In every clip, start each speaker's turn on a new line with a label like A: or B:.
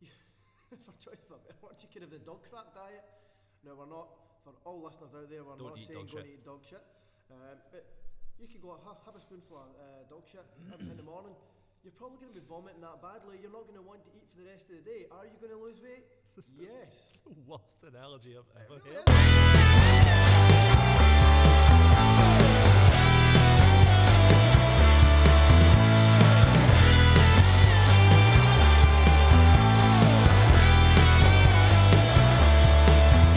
A: for 25 we're chicken of the dog crap diet. No, we're not. For all listeners out there, we're
B: Don't
A: not
B: eat
A: saying
B: dog
A: go and
B: shit.
A: eat dog shit. Um, but you could go have, have a spoonful of uh, dog shit in in the morning. You're probably going to be vomiting that badly. You're not going to want to eat for the rest of the day. Are you going to lose weight? Yes.
B: The worst analogy I've ever heard.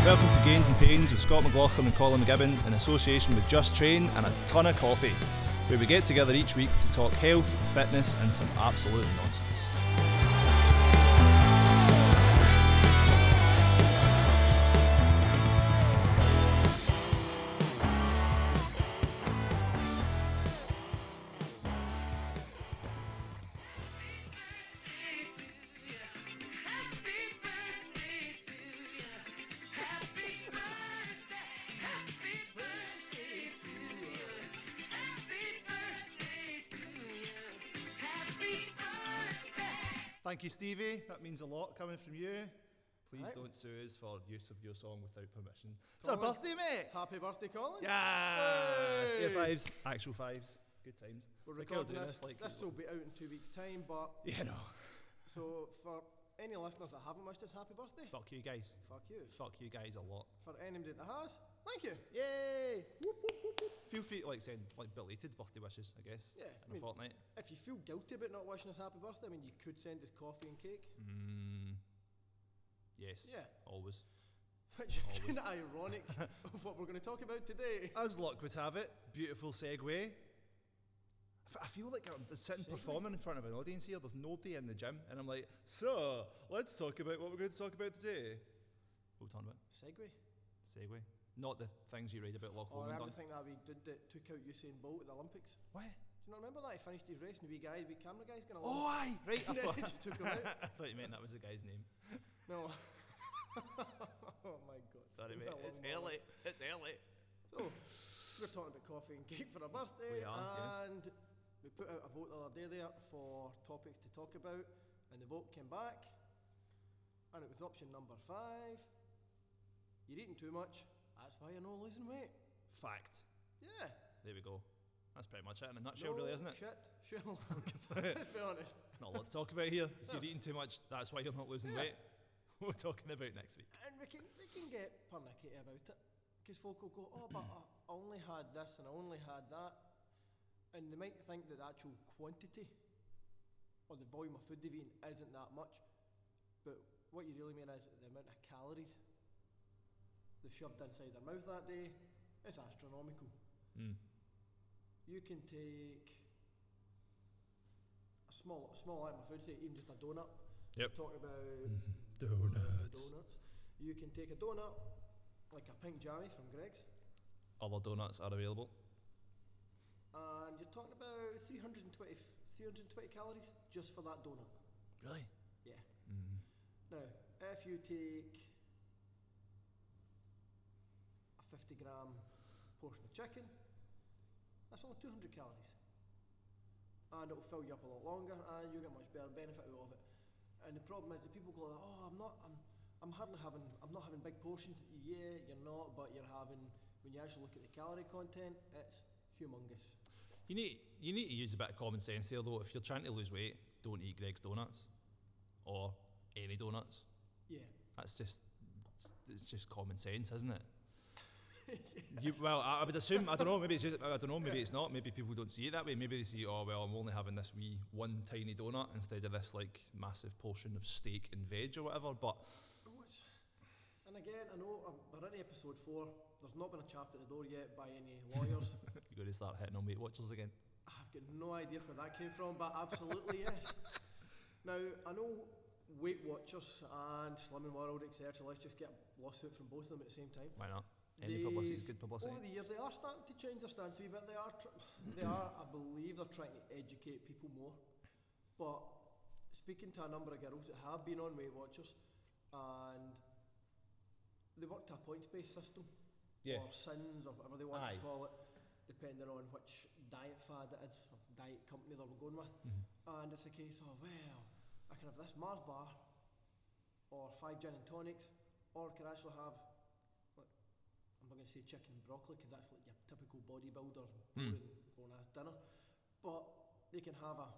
C: Welcome to Gains and Pains with Scott McLaughlin and Colin McGibbon in association with Just Train and a ton of coffee, where we get together each week to talk health, fitness, and some absolute nonsense. Thank you, Stevie. That means a lot coming from you.
B: Please
A: Right.
B: don't sue us for use of your song without permission. It's
A: Colin.
B: our birthday, mate.
A: Happy birthday, Colin.
B: Yes.
A: Hey.
B: Air fives, actual fives. Good times.
A: We're
B: Like, I'll
A: recording
B: do
A: this. This,
B: like,
A: will be out in two weeks' time, but
B: yeah, no.
A: so for any listeners that haven't wished us happy birthday,
B: Fuck you guys.
A: fuck you.
B: Fuck you guys a lot.
A: For anybody that has, thank you.
B: Yay! Whoop, whoop, whoop, whoop. Feel free to like send like belated birthday wishes, I guess.
A: Yeah, I
B: In a
A: mean-
B: fortnight.
A: If you feel guilty about not wishing us happy birthday, I mean, you could send us coffee and cake.
B: Mm, yes.
A: Yeah.
B: Always.
A: Which is kind of ironic of what we're going to talk about today.
B: As luck would have it, beautiful segue. I f- I feel like I'm sitting performing in front of an audience here. There's nobody in the gym, and I'm like, so let's talk about what we're going to talk about today. What are we talking about?
A: Segway.
B: Segue. Not the things you read about Loch
A: Or
B: Lomond.
A: everything Oh, that we did that took out Usain Bolt at the Olympics.
B: What?
A: Do you not remember that? He finished his race and the wee guy, the wee camera guy's going to
B: Oh, aye, right. I thought,
A: just took him out.
B: I thought you meant that was the guy's name.
A: No. oh my god.
B: Sorry,
A: Leave that
B: mate.
A: one
B: It's
A: alone.
B: early. It's early.
A: So, we're talking about coffee and cake for our birthday.
B: We are, yes.
A: and we put out a vote the other day there for topics to talk about, and the vote came back. And it was option number five. You're eating too much. That's why you're not losing weight.
B: Fact.
A: Yeah.
B: There we go. That's pretty much it in a nutshell, really,
A: No
B: isn't it?
A: Shit. Shit. Let's be honest.
B: Not a lot to talk about here. If You're
A: No.
B: eating too much. That's why you're not losing
A: Yeah.
B: weight. We're talking about next week.
A: And we can, we can get pernickety about it. Because folk will go, oh, but I only had this and I only had that. And they might think that the actual quantity or the volume of food they've eaten isn't that much. But what you really mean is the amount of calories they've shoved inside their mouth that day. It's astronomical.
B: Mm.
A: You can take a small, small item of food, say even just a donut.
B: Yep.
A: Talking about
B: Mm-hmm.
A: Mm-hmm.
B: Donuts.
A: donuts. You can take a donut, like a pink jammy from Greg's,
B: Other donuts are available.
A: and you're talking about 320, 320 calories just for that donut.
B: Really?
A: Yeah.
B: Mm.
A: Now, if you take a 50 gram portion of chicken, that's only 200 calories. And it'll fill you up a lot longer, and you'll get much better benefit out of it. And the problem is that people go, "Oh, I'm not, I'm, I'm hardly having, I'm not having big portions." Yeah, you're not, but you're having. When you actually look at the calorie content, it's humongous.
B: You need you need to use a bit of common sense here though. If you're trying to lose weight, don't eat Greg's donuts or any donuts.
A: Yeah.
B: That's just it's, it's just common sense, isn't it? You, well, I, I would assume I don't know. Maybe it's just, I don't know. Maybe it's not. Maybe people don't see it that way. Maybe they see, oh well, I'm only having this wee one tiny donut instead of this like massive portion of steak and veg or whatever. But
A: Oh, it's- And again, I know um, we're into episode four. There's not been a chap at the door yet by any lawyers.
B: you're going to start hitting on Weight Watchers again.
A: I've got no idea where that came from, but absolutely yes. Now, I know Weight Watchers and Slimming World, etc., let's just get a lawsuit from both of them at the same time.
B: Why not? Any
A: They've-
B: publicity is good publicity.
A: Over the years, they are starting to change their stance a wee bit. They are, tr- they are, I believe, they're trying to educate people more. But speaking to a number of girls that have been on Weight Watchers, and they work to a points-based system,
B: Yeah.
A: or sins, or whatever they want
B: Aye.
A: to call it, depending on which diet fad it is, or diet company
B: Mm-hmm.
A: that we're going with. And it's a case of, well, I can have this Mars bar, or five gin and tonics, or could I also have, like, I'm not going to say chicken and broccoli because that's like your typical bodybuilder's
B: Hmm.
A: boring, boring ass dinner, but they can have a,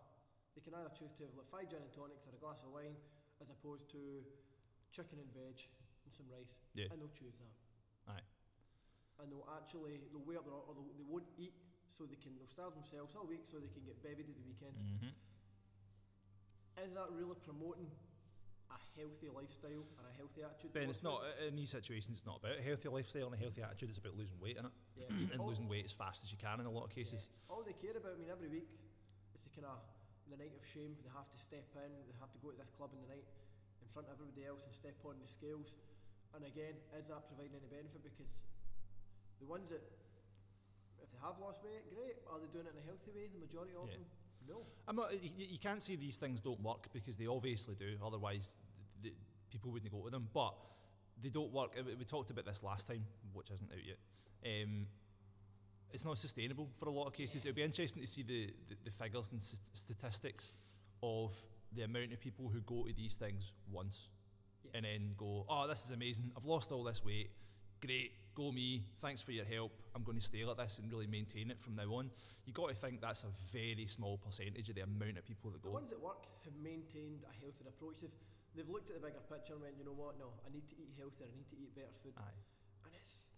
A: they can either choose to have like five gin and tonics or a glass of wine as opposed to chicken and veg and some rice,
B: Yeah.
A: and they'll choose that.
B: Aye.
A: And they'll actually, they'll weigh up their, or they'll, they won't eat so they can, they'll starve themselves all week so they can get bevied at the weekend.
B: Mm-hmm. Mm.
A: Is that really promoting a healthy lifestyle and a healthy attitude?
B: Ben,
A: towards
B: it's not in these situations. It's not about a healthy lifestyle and a healthy attitude. It's about losing weight, innit?
A: food? Yeah.
B: and
A: all,
B: losing weight as fast as you can in a lot of cases.
A: yeah. All they care about, I mean, every week, it's the kind of the night of shame. They have to step in. They have to go to this club in the night in front of everybody else and step on the scales. And again, is that providing any benefit? Because the ones that, if they have lost weight, great. Are they doing it in a healthy way? The majority of
B: Yeah.
A: them, no.
B: I'm not. You, you can't say these things don't work because they obviously do. Otherwise, th th people wouldn't go to them. But they don't work. Uh, We we talked about this last time, which isn't out yet. Um, it's not sustainable for a lot of cases. It'll be interesting to see the, the, the figures and st- statistics of the amount of people who go to these things once
A: Yeah.
B: and then go, "Oh, this is amazing! I've lost all this weight. Great, go me! Thanks for your help. I'm going to stay like this and really maintain it from now on." You got to think that's a very small percentage of the amount of people that
A: The
B: go.
A: ones that work have maintained a healthier approach. They've, they've looked at the bigger picture and went, you know what, no, I need to eat healthier, I need to eat better food.
B: Aye.
A: And it's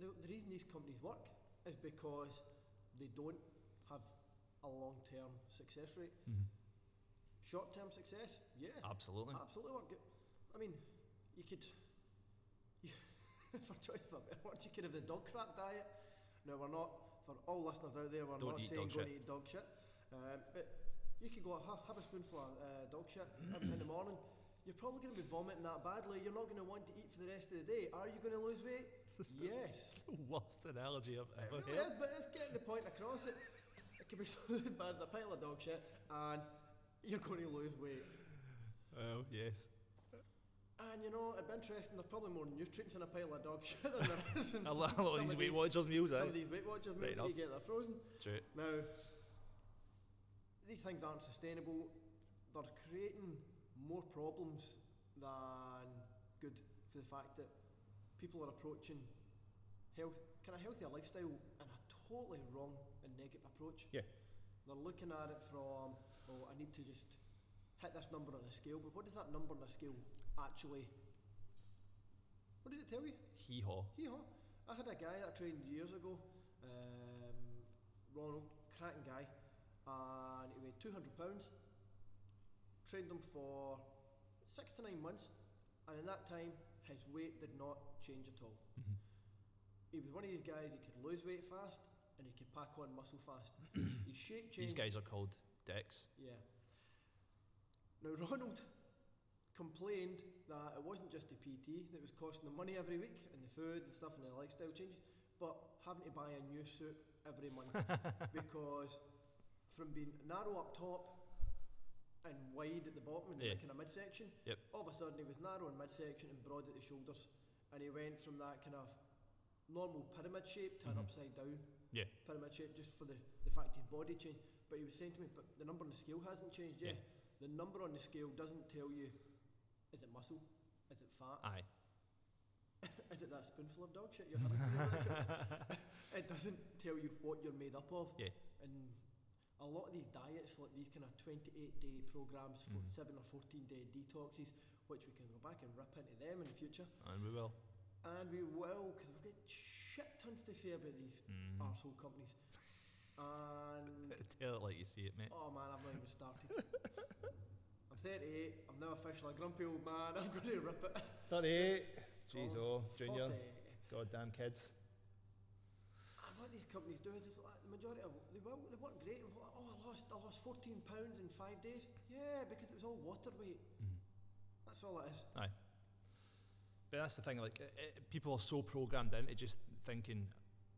A: the, the reason these companies work is because they don't have a long term success rate.
B: Mhm.
A: Short term success, yeah,
B: Absolutely.
A: absolutely work. it. I mean, you could, you, for choice of better words, you could have the dog crap diet. Now, we're not, for all listeners out there, we're
B: Don't
A: not
B: eat
A: saying
B: dog
A: going
B: shit.
A: to eat dog shit. Um, but you could go, have, have a spoonful of uh, dog shit in, in the morning. You're probably going to be vomiting that badly. You're not going to want to eat for the rest of the day. Are you going to lose weight? yes.
B: The worst analogy I've
A: It
B: ever
A: really is,
B: heard.
A: but it's getting the point across. It, it could be something as bad as a pile of dog shit, and you're going to lose weight.
B: Oh yes.
A: And you know, it'd be interesting. There's probably more nutrients in a pile of dog shit than there is in
B: A
A: some,
B: lot, a lot
A: some
B: of these
A: of
B: Weight Watchers meals,
A: some
B: eh?
A: of these Weight Watchers
B: Right
A: meals that you
B: enough.
A: get they're frozen.
B: True.
A: Now, these things aren't sustainable. They're creating more problems than good for the fact that people are approaching health, kind of healthier lifestyle in a totally wrong and negative approach.
B: Yeah.
A: They're looking at it from, oh, I need to just hit this number on a scale, but what does that number on a scale actually, what does it tell you?
B: Hee haw.
A: Hee haw. I had a guy that I trained years ago, um, Ronald, cracking guy, and he weighed 200 pounds. Trained him for six to nine months, and in that time, his weight did not change at all.
B: Mhm.
A: He was one of these guys, he could lose weight fast and he could pack on muscle fast. His shape
B: These
A: changed.
B: guys are called dicks.
A: Yeah. Now Ronald complained that it wasn't just the PT that was costing them money every week and the food and stuff and the lifestyle changes, but having to buy a new suit every month because from being narrow up top and wide at the bottom and
B: Yeah.
A: kind of midsection,
B: Yep.
A: all of a sudden he was narrow in midsection and broad at the shoulders, and he went from that kind of normal pyramid shape to an
B: Mhm.
A: upside down
B: Yeah.
A: pyramid shape just for the, the fact his body changed. But he was saying to me, but the number on the scale hasn't changed. Yeah.
B: Yeah.
A: The number on the scale doesn't tell you is it muscle? Is it fat?
B: Aye.
A: Is it that spoonful of dog shit you're having? for your breakfast? it doesn't tell you what you're made up of.
B: Yeah.
A: And a lot of these diets, like these kind of 28 day programs, for
B: Mhm.
A: 7 or 14 day detoxes, which we can go back and rip into them in the future.
B: And we will.
A: And we will, because we've got shit tons to say about these
B: Mm.
A: arsehole companies. And
B: Tell it like you see it, mate.
A: Oh man, I've not even started. I'm 38, I'm now officially a grumpy old man, I'm going to rip it.
B: 38. Jeez, oh,
A: Fuck
B: Junior.
A: it.
B: Goddamn kids.
A: And what these companies do is, it's like the majority of they will, they work great. And, oh, I lost, I lost 14 pounds in five days. Yeah, because it was all water weight.
B: Mhm.
A: That's all it is.
B: But that's the thing, like, i i people are so programmed into just thinking,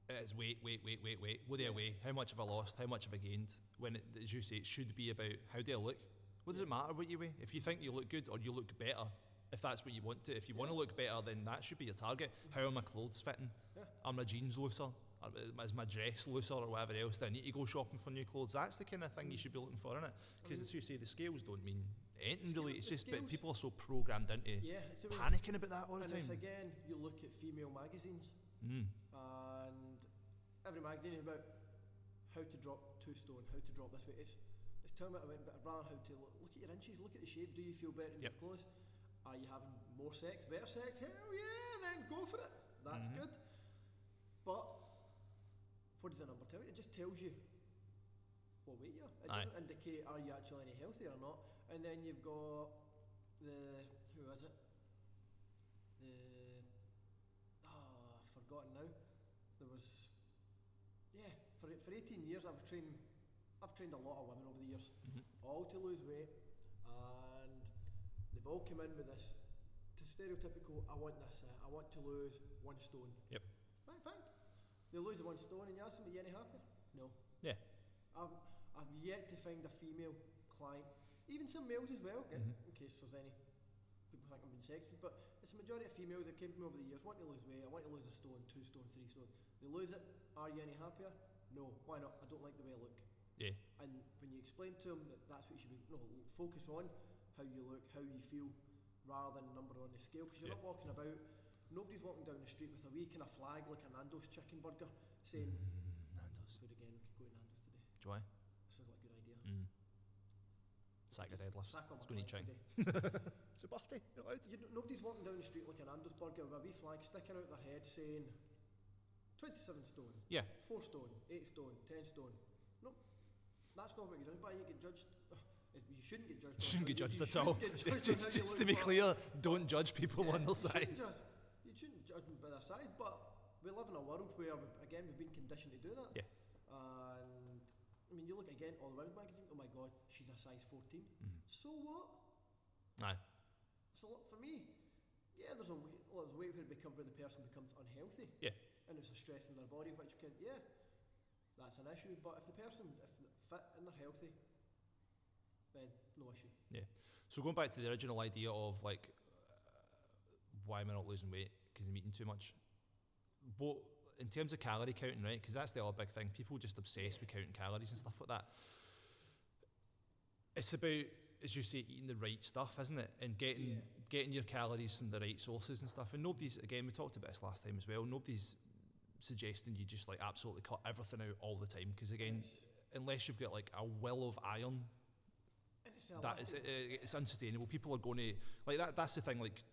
B: it's weight, weight, weight, weight, weight. What do I
A: Yeah.
B: weigh? How much have I lost? How much have I gained? When, it, as you say, it should be about how do I look? What does it matter what you weigh? If you think you look good or you look better, if that's what you want to, if you want to
A: Yeah.
B: look better, then that should be your target. How are my clothes fitting?
A: Yeah.
B: Are my jeans looser? Are- uh, Is my dress looser or whatever else? Do I need to go shopping for new clothes? That's the kind of thing you should be looking for, innit? Because as you say, the scales don't mean anything
A: Scale-
B: really. It's
A: Mm. the
B: just, but
A: scales-
B: people are so programmed into
A: Yeah, it's the way-
B: panicking about that all the
A: and it's
B: time.
A: again, you look at female magazines,
B: Mm.
A: and every magazine is about how to drop two stone, how to drop this weight. It's it's telling me about but rather how to look, look at your inches, look at the shape. Do you feel better in
B: Yep.
A: your clothes? Are you having more sex, better sex? Hell yeah, then go for it. That's
B: Mhm.
A: good. But what does the number tell you? It just tells you what weight you are. It
B: Aye.
A: doesn't indicate are you actually any healthier or not. And then you've got the who is it? The ah, I've forgotten now. There was yeah for for eighteen years I was training. I've trained a lot of women over the years,
B: Mhm.
A: all to lose weight, and they've all come in with this to stereotypical. I want this. Uh, I want to lose one stone.
B: Yep.
A: Right, fine. They lose the one stone, and you ask them, "Are you any happier?" No.
B: Yeah.
A: I've I've yet to find a female client, even some males as well. Get,
B: Mhm.
A: In case there's any people think I'm being sexist, but it's a majority of females that came to me over the years want to lose weight. I want to lose a stone, two stone, three stone. They lose it. Are you any happier? No. Why not? I don't like the way I look.
B: Yeah.
A: And when you explain to them that that's what you should be, no, focus on how you look, how you feel, rather than a number on the scale, because you're
B: Yeah.
A: not walking about. Nobody's walking down the street with a wee kind of flag like a Nando's chicken burger, saying,
B: Nando's.
A: "Food again, we could go to Nando's today."
B: Do you why?
A: Sounds like a good idea.
B: Mm. Sack of deadlifts.
A: Sack on
B: It's
A: my
B: gonna
A: life
B: change.
A: today.
B: It's a party. You're allowed
A: You, don't- nobody's walking down the street like an Nando's burger with a wee flag sticking out their head saying 27 stone,
B: Yeah.
A: 4 stone, 8 stone, 10 stone. No, that's not what you're doing, but you get judged. You shouldn't get judged. on
B: Shouldn't
A: how-
B: get judged
A: you
B: at
A: shouldn't
B: all.
A: get judged on
B: just
A: how you
B: just to
A: look,
B: be
A: but-
B: clear, don't judge people
A: Yeah,
B: on their
A: you shouldn't
B: size.
A: judge- You shouldn't judge them by their size, but we live in a world where, we, again, we've been conditioned to do that.
B: Yeah.
A: And, I mean, you look again, All Around magazine, oh my god, she's a size 14.
B: Mhm.
A: So what?
B: Aye.
A: So look, for me, yeah, there's a way, well, there's a way where it becomes where the person becomes unhealthy.
B: Yeah.
A: And it's a stress in their body, which can yeah, that's an issue. But if the person if they're fit and they're healthy, then no issue.
B: So going back to the original idea of like, uh, why am I not losing weight? Because I'm eating too much. But in terms of calorie counting, right? Because that's the other big thing. People just obsess with counting calories and stuff like that. It's about, as you say, eating the right stuff, isn't it? And getting
A: Yeah.
B: getting your calories from the right sources and stuff. And nobody's again, we talked about this last time as well. Nobody's suggesting you just like absolutely cut everything out all the time. Because again,
A: It's-
B: unless you've got like a will of iron
A: and it's a
B: that is
A: lasting-
B: it, it's unsustainable. People are going to like that. That's the thing. Like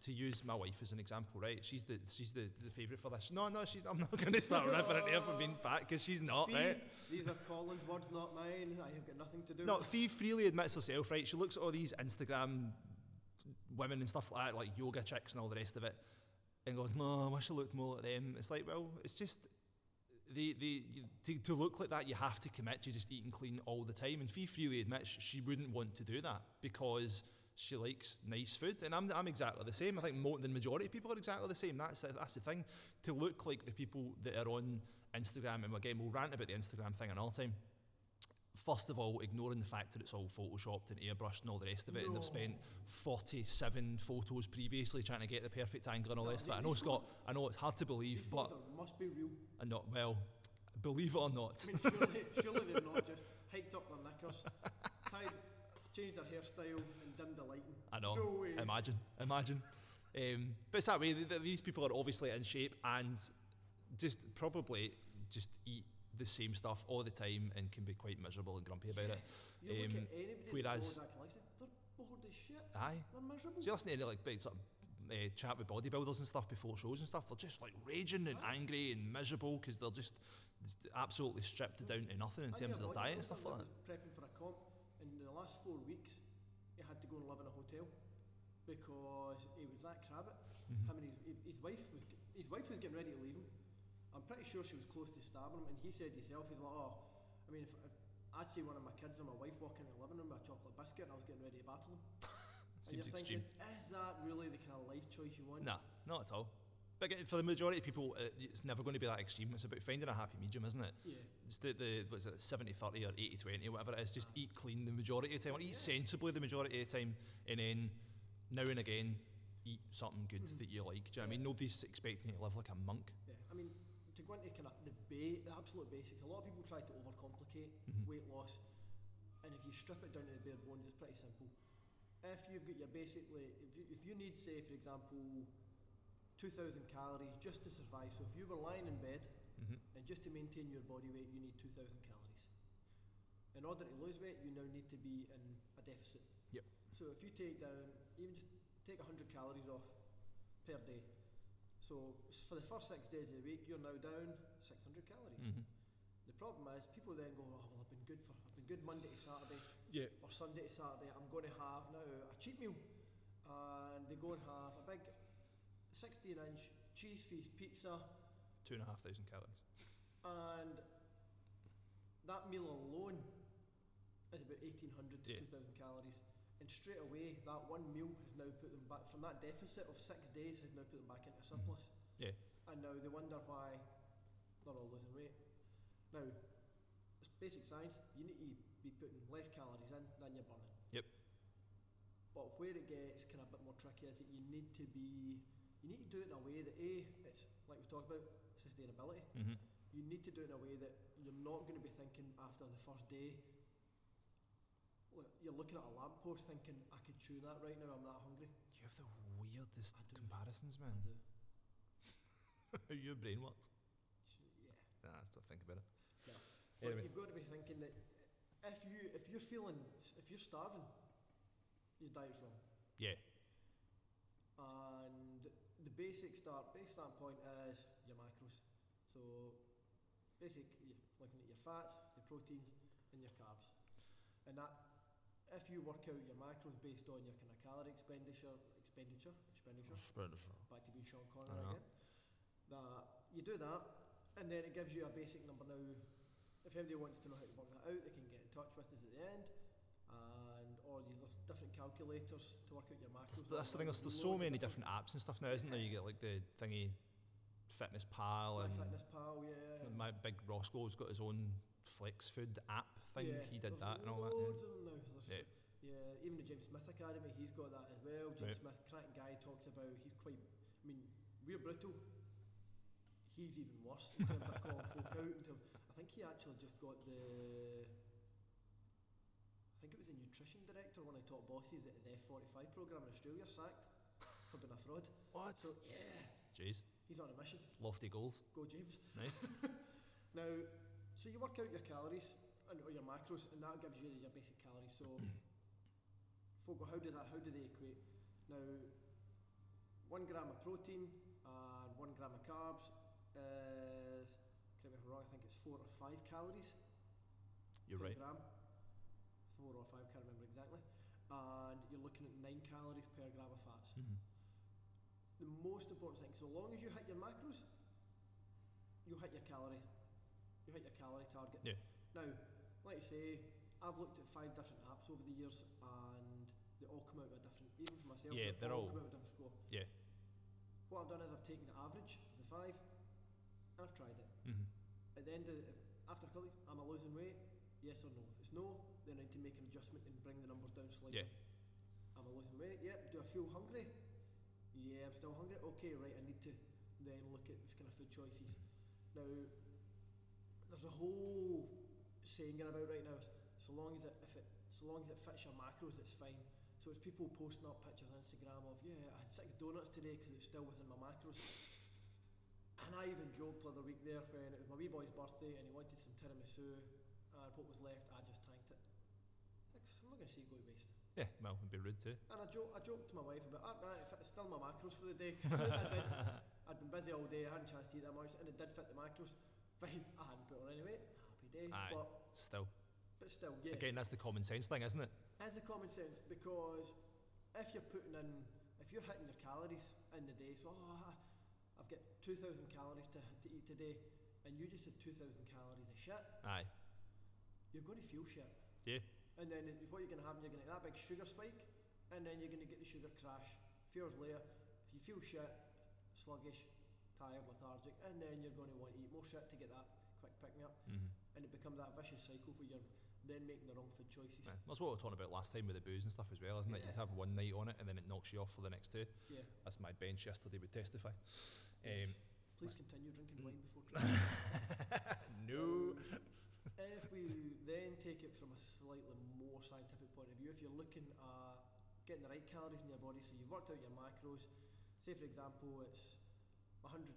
B: to use my wife as an example, right? She's the she's the, the favourite for this. No, no, she's. I'm not going to start ripping at her for being fat because she's not,
A: See,
B: right?
A: These are Colin's words, not mine. I have got nothing to do.
B: No,
A: with
B: Fee freely admits herself, right? She looks at all these Instagram women and stuff like that, like yoga chicks and all the rest of it, and goes, "No, I wish I looked more like them." It's like, well, it's just the the to, to look like that, you have to commit to just eating clean all the time. And Fee freely admits she wouldn't want to do that because she likes nice food, and I'm I'm exactly the same. I think more than majority of people are exactly the same. That's the- that's the thing. To look like the people that are on Instagram, and again, we'll rant about the Instagram thing another time first of all, ignoring the fact that it's all photoshopped and airbrushed and all the rest of it, and
A: No.
B: they've spent 47 photos previously trying to get the perfect angle and all
A: No,
B: this.
A: the-
B: But I know,
A: these
B: Scott, I know it's hard to
A: these
B: believe,
A: things
B: but
A: are- must be real.
B: and not well. Believe it or not,
A: I mean, surely, surely they've not just hiked up their knickers, tied, changed their hairstyle, and dimmed the lighting.
B: I know.
A: No way.
B: Imagine, imagine. Um, but it's that way. th- th- These people are obviously in shape and just probably just eat the same stuff all the time and can be quite miserable and grumpy about it.
A: You look
B: Um,
A: at anybody that follows
B: whereas-
A: that collection, they're bored as Er shit.
B: Aye.
A: They're miserable.
B: So you listen to any like big sort of uh, chat with bodybuilders and stuff before shows and stuff. They're just like raging and angry and miserable because they're just s- absolutely stripped down to nothing in
A: I knew
B: terms of
A: a boy-
B: their diet
A: I
B: and stuff
A: was
B: like that.
A: Prepping for a comp, and in the last four weeks, he had to go and live in a hotel because he was that crabbit.
B: Mhm.
A: Him and his, his- his wife was g- his wife was getting ready to leave him. I'm pretty sure she was close to stabbing him, and he said himself, he's like, oh, I mean, if, if I'd see one of my kids or my wife walking in the living room with a chocolate biscuit, and I was getting ready to battle him. and
B: Seems
A: you're
B: extreme.
A: Thinking, Is that really the kind of life choice you want?
B: Nah, not at all. But again, for the majority of people, uh, it's never going to be that extreme. It's about finding a happy medium, isn't it?
A: Yeah.
B: It's the, the what is it, 70 30 or 80 20, whatever it is. Just eat clean the majority of the time, or eat sensibly the majority of the time, and then now and again eat something good that you like. Do you know what I mean?
A: Yeah.
B: Nobody's expecting you to live like a monk.
A: Yeah, I mean, to go into kind of the, ba- the absolute basics, a lot of people try to overcomplicate
B: Mhm.
A: weight loss, and if you strip it down to the bare bones, it's pretty simple. if you've got your basically, if you, if you need, say, for example, 2,000 calories just to survive, so if you were lying in bed
B: Mm-hmm.
A: and just to maintain your body weight, you need 2,000 calories. In order to lose weight, you now need to be in a deficit.
B: Yep.
A: So if you take down, even just take 100 calories off per day, so s- for the first six days of the week, you're now down 600 calories.
B: Mm-hmm.
A: The problem is, people then go, oh, well, I've been good for, I've been good Monday to Saturday,
B: Yeah.
A: or Sunday to Saturday, I'm going to have now a cheat meal. And they go and have a big 16 inch cheese feast pizza,
B: Two and a half thousand calories.
A: and that meal alone is about 1800 to
B: Yeah.
A: 2000 calories. And straight away, that one meal has now put them back from that deficit of six days, has now put them back into a surplus.
B: Mm-hmm. Yeah.
A: And now they wonder why they're all losing weight. Now, it's basic science. You need to be putting less calories in than you're burning.
B: Yep.
A: But where it gets kind of a bit more tricky is that you need to be, you need to do it in a way that a, it's like we talked about sustainability.
B: Mm-hmm.
A: You need to do it in a way that you're not going to be thinking after the first day. look, You're looking at a lamppost thinking, I could chew that right now. I'm that hungry.
B: You have the weirdest
A: I do.
B: comparisons,
A: I
B: man.
A: do.
B: How your brain works.
A: Yeah.
B: Nah, I still think about it.
A: But
B: Anyway.
A: you've got to be thinking that if you if you're feeling if you're starving, your diet's wrong.
B: Yeah.
A: And the basic start base standpoint is your macros. So basic you're looking at your fats, your proteins, and your carbs. And that if you work out your macros based on your kind of calorie expenditure expenditure expenditure back to being Sean Connery
B: Uh-huh.
A: again. That you do that, and then it gives you a basic number now. If anybody wants to know how to work that out, they can get in touch with us at the end, and or you, there's different calculators to work out your
B: That's,
A: macros.
B: that's the thing. There's, there's so
A: Loads of
B: many different apps and stuff now, isn't there? You get like the thingy, Fitness
A: My
B: Pal, and
A: Fitness Pal, yeah.
B: um, my big Roscoe's got his own flex food app thing.
A: yeah,
B: he did
A: there's
B: that and all that.
A: Loads
B: Yeah.
A: of them now. There's-
B: Yeah.
A: yeah, even the James Smith Academy, he's got that as well. James
B: Right.
A: Smith, cracking guy, talks about he's quite. I mean, we're brutal. He's even worse in terms of calling folk out. In terms, I think he actually just got the. I think it was the nutrition director, one of the top bosses at the F45 program in Australia, sacked for being a fraud.
B: What?
A: So yeah,
B: Jeez,
A: he's on a mission.
B: lofty goals.
A: Go James.
B: Nice.
A: Now, so you work out your calories and or your macros, and that gives you your basic calories. So, Fogel, how does that? How do they equate? Now, one gram of protein and one gram of carbs is correct me if I'm wrong. I think it's four or five calories
B: You're
A: per
B: right.
A: gram. Four or five, can't remember exactly. And you're looking at nine calories per gram of fats.
B: Mhm.
A: The most important thing, so long as you hit your macros, you hit your calorie, you hit your calorie target.
B: Yeah.
A: Now, like you say, I've looked at five different apps over the years, and they all come out with a different. Even for myself,
B: Yeah,
A: they
B: they're all-
A: come out with a different score.
B: yeah.
A: What I've done is I've taken the average, of the five, and I've tried it.
B: Mhm.
A: At the end of the, after Cully, am I losing weight? Yes or no? If it's no, then I need to make an adjustment and bring the numbers down slightly.
B: Yeah.
A: Am I losing weight? Yep. Do I feel hungry? Yeah, I'm still hungry. Okay, right. I need to then look at kind of food choices. Now, there's a whole saying about right now. is, So long as it, if it, so long as it fits your macros, it's fine. So it's people posting up pictures on Instagram of yeah, I had six donuts today because it's still within my macros. And I even joked the other week there when it was my wee boy's birthday and he wanted some tiramisu, and what was left, I just tanked it. Like, I'm not going to see it go to waste.
B: Yeah. Well, it'd be rude too.
A: And I, jo- I joked to my wife about, ah, right, it fits- it's still my macros for the day. 'Cause I'd, been, I'd been busy all day, I hadn't chance to eat that much, and it did fit the macros. Fine, I hadn't put on any weight, happy days.
B: Aye.
A: But,
B: Still,
A: but still, yeah.
B: again, that's the common sense thing, isn't it?
A: As a common sense, because if you're putting in, if you're hitting your calories in the day, so oh, I- I've got 2,000 calories to, to eat today, and you just had 2,000 calories of shit,
B: Aye.
A: you're going to feel shit.
B: Yeah.
A: And then it- what you're going to have, you're going to get that big sugar spike, and then you're going to get the sugar crash. A few hours later, if you feel shit, sluggish, tired, lethargic, and then you're going to want to eat more shit to get that quick pick me up,
B: Mhm.
A: and it becomes that vicious cycle where you're then making the wrong food choices.
B: Yeah. That's what we were talking about last time with the booze and stuff as well, isn't it?
A: Yeah.
B: You'd have one night on it and then it knocks you off for the next two.
A: Yeah.
B: That's my bench yesterday would testify.
A: Yes.
B: Um,
A: Please continue drinking wine before training.
B: no.
A: if we then take it from a slightly more scientific point of view, if you're looking at getting the right calories in your body. So you've worked out your macros. Say, for example, it's 140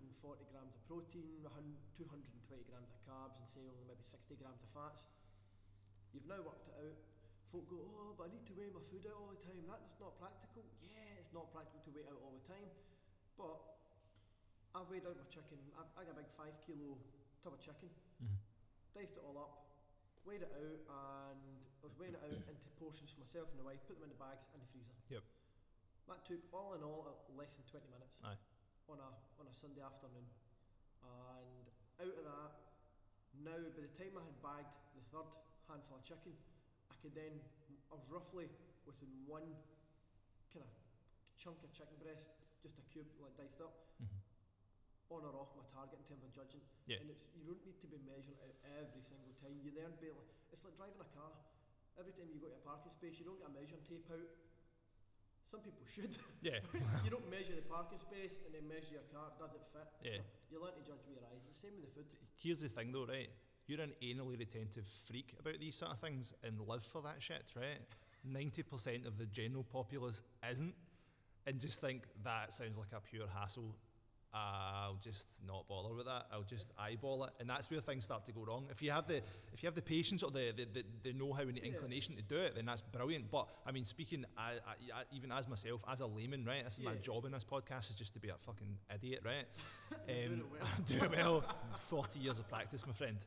A: grams of protein, 100 220 grams of carbs, and say only maybe 60 grams of fats. You've now worked it out. Folk go, oh, but I need to weigh my food out all the time. That's not practical. Yeah, it's not practical to weigh out all the time. But I've weighed out my chicken. I, I got a big five kilo tub of chicken,
B: Mhm.
A: diced it all up, weighed it out, and I was weighing it out into portions for myself and the wife, put them in the bags and the freezer.
B: Yep.
A: That took all in all uh, less than 20 minutes
B: Aye.
A: on a on a Sunday afternoon. And out of that, now by the time I had bagged the third handful of chicken, I could then, I was roughly within one kind of chunk of chicken breast, just a cube like diced up,
B: Mhm.
A: on or off my target in terms of judging.
B: Yeah.
A: And it's you don't need to be measuring it every single time. You learn barely. It's like driving a car. Every time you go to a parking space, you don't get a measuring tape out. Some people should.
B: Yeah.
A: you don't measure the parking space and then measure your car. Does it fit?
B: Yeah.
A: You learn to judge with your eyes. It's the same with the food.
B: Here's the thing, though, right? You're an anally retentive freak about these sort of things and live for that shit, right? 90% of the general populace isn't and just think that sounds like a pure hassle. I'll just not bother with that. I'll just eyeball it, and that's where things start to go wrong. If you have the if you have the patience or the the, the, the know-how and the
A: Yeah.
B: inclination to do it, then that's brilliant. But I mean, speaking I, I, I- even as myself, as a layman, right? This is my
A: Yeah.
B: job in this podcast is just to be a fucking idiot, right?
A: You're doing it well.
B: I'm doing Um, well. Forty years of practice, my friend.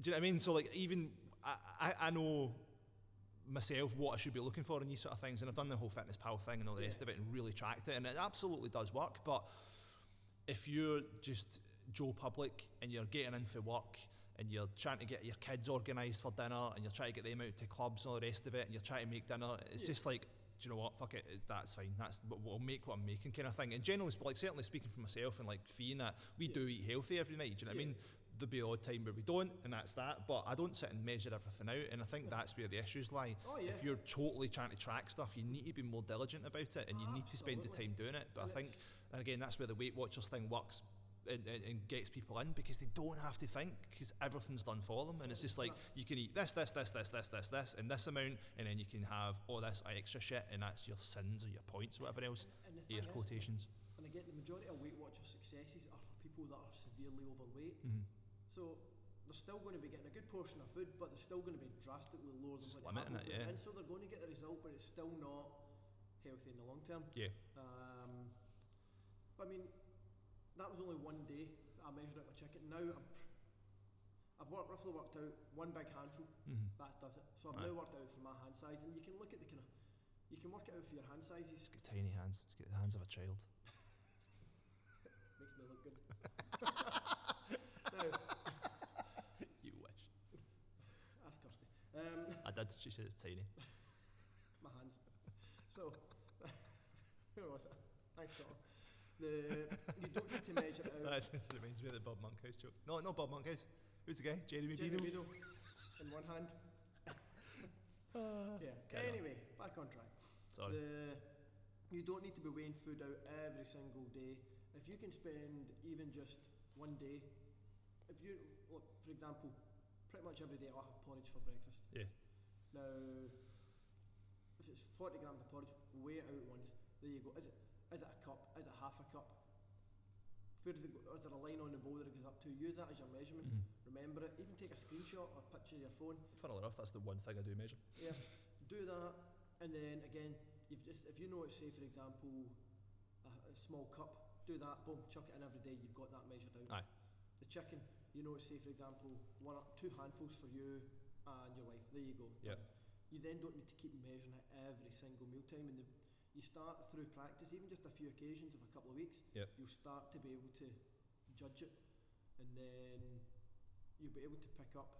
B: Do you know what I mean? So like, even I, I, I know myself what I should be looking for in these sort of things, and I've done the whole fitness pal thing and all the rest
A: Yeah.
B: of it, and really tracked it, and it absolutely does work. But if you're just Joe Public and you're getting in for work and you're trying to get your kids organised for dinner and you're trying to get them out to clubs and all the rest of it, and you're trying to make dinner, it's
A: Yeah.
B: just like, do you know what? Fuck it, it's, that's fine. That's we'll- we'll make what I'm making, kind of thing. And generally, sp- like certainly speaking for myself and like Fee and that, we do eat healthy every night. Do you know what I
A: Yeah.
B: mean? There'll be odd time where we don't, and that's that. But I don't sit and measure everything out, and I think that's where the issues lie.
A: Oh, yeah.
B: If you're totally trying to track stuff, you need to be more diligent about it, and you need to spend the
A: Ah, Absolutely.
B: time doing it. But I
A: And
B: think,
A: it's-
B: and again, that's where the Weight Watchers thing works and, and, and gets people in because they don't have to think because everything's done for them. And it's just like you can eat this, this, this, this, this, this, this, and this amount, and then you can have all this extra shit, and that's your sins or your points or whatever else.
A: And the thing
B: Air
A: is-
B: quotations.
A: And again, the majority of Weight Watcher successes are for people that are severely overweight.
B: Mm-hmm.
A: So they're still going to be getting a good portion of food, but they're still going to be drastically lower
B: Just
A: than what they have
B: limiting it,
A: been.
B: yeah.
A: And so they're going to get the result, but it's still not healthy in the long term.
B: Yeah.
A: Um, but I mean, that was only one day that I measured out my chicken. Now I'm, I've worked, roughly worked out one big handful.
B: Mhm.
A: That does it. So I've
B: Right.
A: now worked out for my hand size, and you can look at the kind of, you can work it out for your hand sizes.
B: Just get tiny hands. Just get the hands of a child.
A: Makes me look good. now,
B: You wish.
A: that's Kirsty. Um,
B: I did. She said it's tiny.
A: my hands. So, where was I? Thanks, Tom. The, you don't need to measure it out.
B: that just reminds me of the Bob Monkhouse joke. No, not Bob Monkhouse. Who's the guy? Jeremy
A: Jeremy
B: Beadle.
A: Beadle in one hand. yeah.
B: carry Ah, on.
A: Anyway, back on track.
B: Sorry.
A: The, you don't need to be weighing food out every single day. If you can spend even just one day, if you, look, for example, pretty much every day I'll have porridge for breakfast.
B: Yeah.
A: Now, if it's 40 grams of porridge, weigh it out once. There you go. Is it, is it a cup? Is it half a cup? Where does it go? Is there a line on the bowl that it goes up to? Use that as your measurement.
B: Mhm.
A: Remember it. Even take a screenshot or a picture of your phone.
B: Funnily enough, that's the one thing I do measure.
A: Yeah, do that, and then again, you've just if you know it's say for example, a, a small cup, do that, boom, chuck it in every day. You've got that measured out.
B: Aye.
A: The chicken, you know it's say for example, one or two handfuls for you and your wife. There you go.
B: Yeah.
A: You then don't need to keep measuring it every single mealtime, and the, you start through practice, even just a few occasions of a couple of weeks.
B: Yeah.
A: You'll start to be able to judge it, and then you'll be able to pick up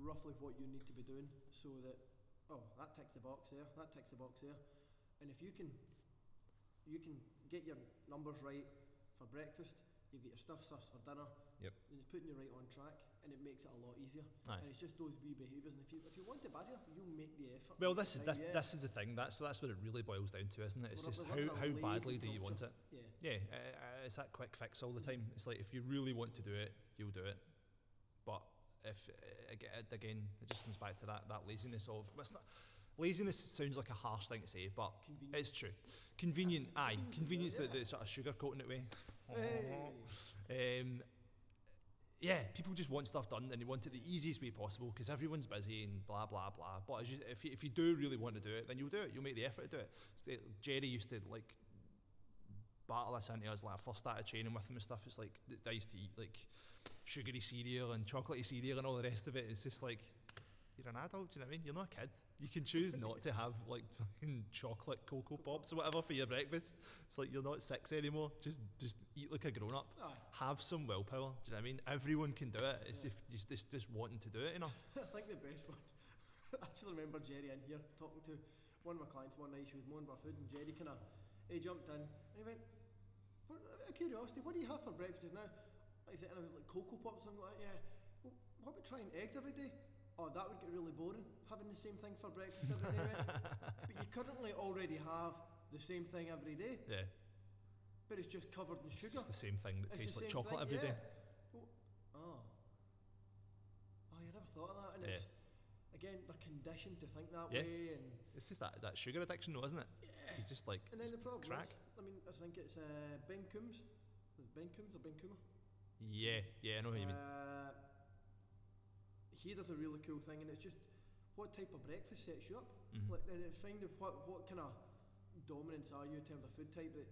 A: roughly what you need to be doing so that oh that ticks the box there that ticks the box there and if you can you can get your numbers right for breakfast you get your stuff sussed for dinner
B: Yep.
A: and it's putting you right on track and it makes it a lot easier
B: Aye.
A: and it's just those wee behaviours and if you if you want it bad enough you'll make the effort
B: Well, this is
A: Like,
B: this,
A: yeah,
B: this is the thing. That's that's what it really boils down to, isn't it? It's
A: Well,
B: just
A: I've lived
B: how,
A: in a
B: how
A: lazy
B: badly do you want it?
A: culture. yeah
B: Yeah, uh, uh, it's that quick fix all the time. It's like if you really want to do it, you'll do it. But if uh, ag- again, it just comes back to that that laziness of. It's not, Laziness sounds like a harsh thing to say, but
A: Convenient.
B: it's true. Convenient, aye. Convenience that they sort of sugarcoating it way.
A: Hey.
B: Um, yeah, people just want stuff done and they want it the easiest way possible because everyone's busy and blah blah blah. But as you, if you, if you do really want to do it, then you'll do it. You'll make the effort to do it. Sta- Jerry used to like battle this into us. Like I first started training with him and stuff. It's like th- I used to eat like sugary cereal and chocolatey cereal and all the rest of it. It's just like you're an adult. Do you know what I mean? You're not a kid. You can choose not to have like fucking chocolate cocoa pops or whatever for your breakfast. It's like you're not six anymore. Just just eat like a grown up
A: Aye.
B: have some willpower. Do you know what I mean? Everyone can do it. It's if just, just just wanting to do it enough.
A: I think the best one. I actually remember Jerry in here talking to one of my clients one night. She was moaning about food, and Jerry kind of he jumped in and he went, what, "Out of curiosity, what do you have for breakfast just now?" I said, "And I was like cocoa pops." I'm like, "Yeah." Well, what about trying eggs every day? Oh, that would get really boring. Having the same thing for breakfast every day. Went, but you currently already have the same thing every day,
B: Yeah,
A: but it's just covered in sugar.
B: it's just the same thing that
A: It's the
B: tastes like
A: same
B: chocolate
A: thing,
B: every day.
A: yeah. Oh. Oh, you never thought of that. And
B: Yeah.
A: it's, again, they're conditioned to think that
B: Yeah.
A: way. And,
B: It's just that, that sugar addiction, though, isn't it? You just like
A: and then the problem
B: crack.
A: is, I mean, I think it's uh, Ben Coombs. Is it Ben Coombs or Ben Coomer?
B: yeah, yeah. I know what you mean.
A: Uh, he does a really cool thing, and it's just what type of breakfast sets you up.
B: Mhm.
A: Like, and it find out what, what kind of dominance are you in terms of food type that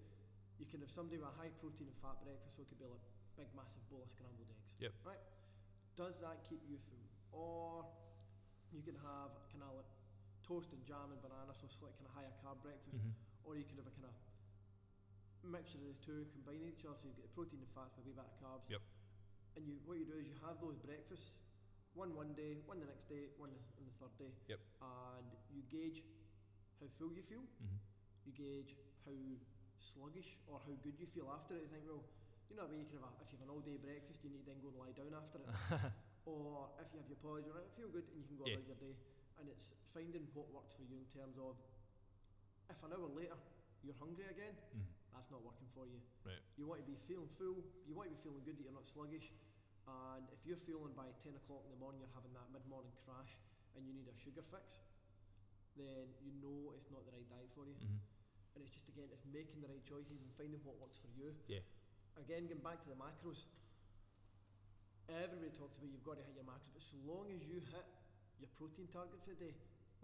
A: you can have somebody with a high protein and fat breakfast, so it could be like big, massive bowl of scrambled eggs.
B: Yep.
A: Right? Does that keep you full? Or you can have kind of like toast and jam and banana, so it's like kind of higher carb breakfast
B: Mhm.
A: or you could have a kind of mixture of the two, combine each other, so you get the protein and fats with a wee bit of carbs.
B: Yep.
A: And you, what you do is you have those breakfasts, one one day, one the next day, one the, on the third day.
B: Yep.
A: And you gauge how full you feel.
B: Mhm.
A: You gauge how sluggish or how good you feel after it. You think, well, you know what I mean? You can have a, if you have an all day breakfast, you need to then go and lie down after it. or if you have your porridge, or feel good, and you can go
B: Yeah.
A: about your day. And it's finding what works for you in terms of if an hour later you're hungry again,
B: Mhm.
A: that's not working for you.
B: Right.
A: You want to be feeling full, you want to be feeling good that you're not sluggish, and if you're feeling by 10 o'clock in the morning you're having that mid morning crash and you need a sugar fix, then you know it's not the right diet for you.
B: Mhm.
A: And it's just again, it's making the right choices and finding what works for you.
B: Yeah.
A: Again, going back to the macros, everybody talks about you've got to hit your macros, but so long as you hit your protein target for the day,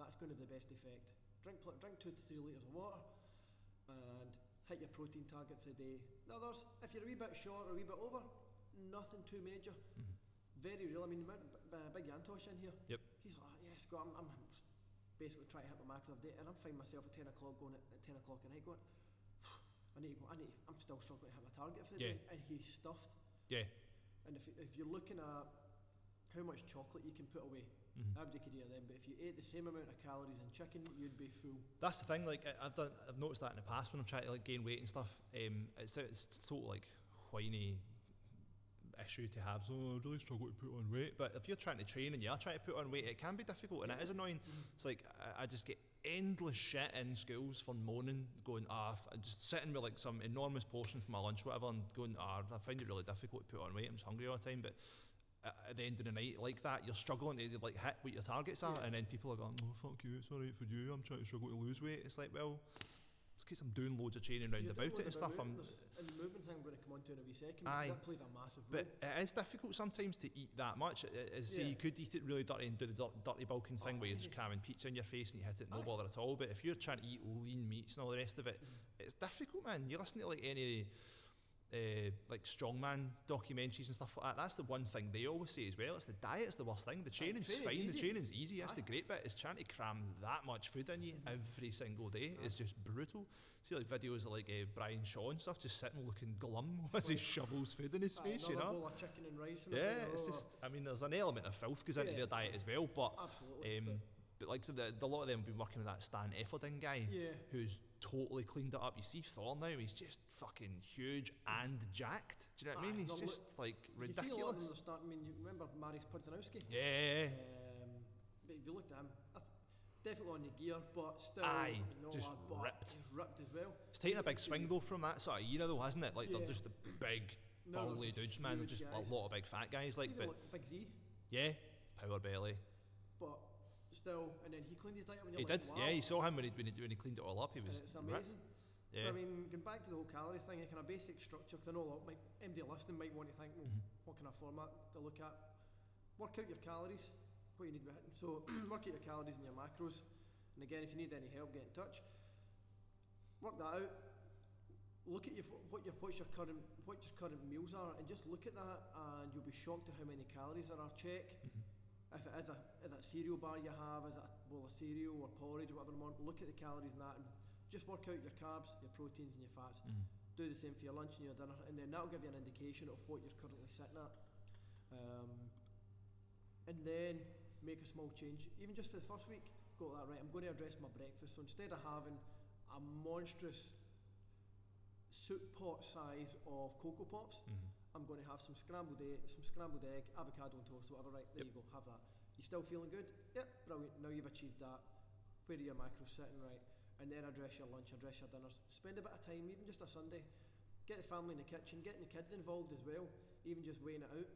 A: that's going to have the best effect. Drink, pl- drink two to three litres of water and hit your protein target for the day. The others, if you're a wee bit short or a wee bit over, nothing too major.
B: Mhm.
A: Very real. I mean, my, my big Yantosh in here,
B: Yep.
A: he's like, "Ah, yeah, Scott, I'm, I'm s- basically trying to hit my max of the day, and I'm finding myself at 10 o'clock going at, at 10 o'clock at night going, I need to go, I need, I'm still struggling to hit my target for the
B: Yeah.
A: day. And he's stuffed.
B: Yeah,
A: And if, if you're looking at how much chocolate you can put away,
B: Mhm.
A: everybody could eat it then, but if you ate the same amount of calories in chicken, you'd be full.
B: that's the thing. Like I, I've done, I've noticed that in the past when I'm trying to like gain weight and stuff. Um, it's it's sort of like whiny issue to have. So "Oh, I really struggle to put on weight. But if you're trying to train and you are trying to put on weight, it can be difficult and it is annoying. It's like I, I just get endless shit in schools for moaning, going ah, f- just sitting with like some enormous portion for my lunch, whatever, and going ah, I find it really difficult to put on weight. I'm just hungry all the time, but. At at the end of the night, like that, you're struggling to like hit what your targets are,
A: Yeah.
B: and then people are going, "Oh fuck you, it's alright for you. I'm trying to struggle to lose weight." It's like, well, it's because I'm doing loads of training round
A: You're
B: about
A: doing
B: it and
A: loads of
B: stuff. I'm,
A: movement, there's- And the movement thing I'm going to come on to in a wee second, because
B: Aye.
A: that plays a massive role.
B: But it is difficult sometimes to eat that much. It- it- As say
A: Yeah.
B: you could eat it really dirty and do the dirt, dirty bulking thing
A: Oh,
B: where you're just
A: yeah.
B: cramming pizza in your face and you hit it no
A: Aye.
B: bother at all. But if you're trying to eat lean meats and all the rest of it, it's difficult, man. You listen to like any uh, like strongman documentaries and stuff like that. That's the one thing they always say as well. It's the diet's the worst thing. The training's
A: training's
B: fine. The
A: easy.
B: training's easy. That's the
A: Aye.
B: great bit. It's trying to cram that much food in you every single day. It's just brutal. See like videos of like uh, Brian Shaw and stuff, just sitting looking glum as he shovels food in his
A: Aye,
B: face. You
A: another
B: know.
A: bowl of chicken and rice. And
B: Yeah,
A: everything,
B: it's
A: oh,
B: just. I mean, there's an element of filth goes into
A: Yeah.
B: their diet as well, but
A: absolutely.
B: um, but like so the, the lot of them have been working with that Stan Effording guy,
A: Yeah.
B: who's totally cleaned it up. You see Thor now; he's just fucking huge and jacked. Do you know what I
A: Aye,
B: mean? He's
A: they're lo-
B: just like
A: You can see a lot of them are
B: ridiculous.
A: starting. I mean, you remember Marius Pudzianowski?
B: Yeah,
A: Um, but if you looked at him, I th- definitely on the gear, but still,
B: Aye,
A: no,
B: just
A: uh, but
B: ripped.
A: He's ripppt as well.
B: it's taking a big swing though from that sort of era though, hasn't it? Like they're
A: Yeah.
B: just the big
A: No,
B: burly
A: they're
B: dudes, man. They're
A: huge
B: just
A: guys.
B: a lot of big fat guys, like.
A: Even
B: But
A: like Big Z,
B: yeah, power belly.
A: but still, and then he cleaned his diet. And
B: He
A: you're like,
B: did.
A: Wow.
B: Yeah, you saw him when he, when, he, when he cleaned it all up. He
A: And
B: was
A: it's
B: ripped.
A: amazing.
B: Yeah.
A: I mean, going back to the whole calorie thing, a kind of basic structure, because I know a lot of my MD listening might want to think, well,
B: Mm-hmm.
A: what kind of format to look at? Work out your calories, what you need to be hitting. So work out your calories and your macros. And again, if you need any help, get in touch. Work that out. Look at your, what your what's your current what your current meals are, and just look at that, and you'll be shocked at how many calories there are. Check if it is a is it a cereal bar you have, is it a bowl of cereal or porridge or whatever you want. Look at the calories in that, and just work out your carbs, your proteins, and your fats.
B: Mm.
A: Do the same for your lunch and your dinner, and then that'll give you an indication of what you're currently sitting at. Um, and then make a small change, even just for the first week. Go that right. I'm going to address my breakfast. So instead of having a monstrous soup pot size of cocoa pops,
B: Mhm.
A: I'm going to have some scrambled egg, some scrambled egg, avocado and toast, whatever. Right there, you go. Have that. You still feeling good? Yep, brilliant. Now you've achieved that. Where are your macros sitting right? And then address your lunch, address your dinners. Spend a bit of time, even just a Sunday. Get the family in the kitchen, getting the kids involved as well. Even just weighing it out.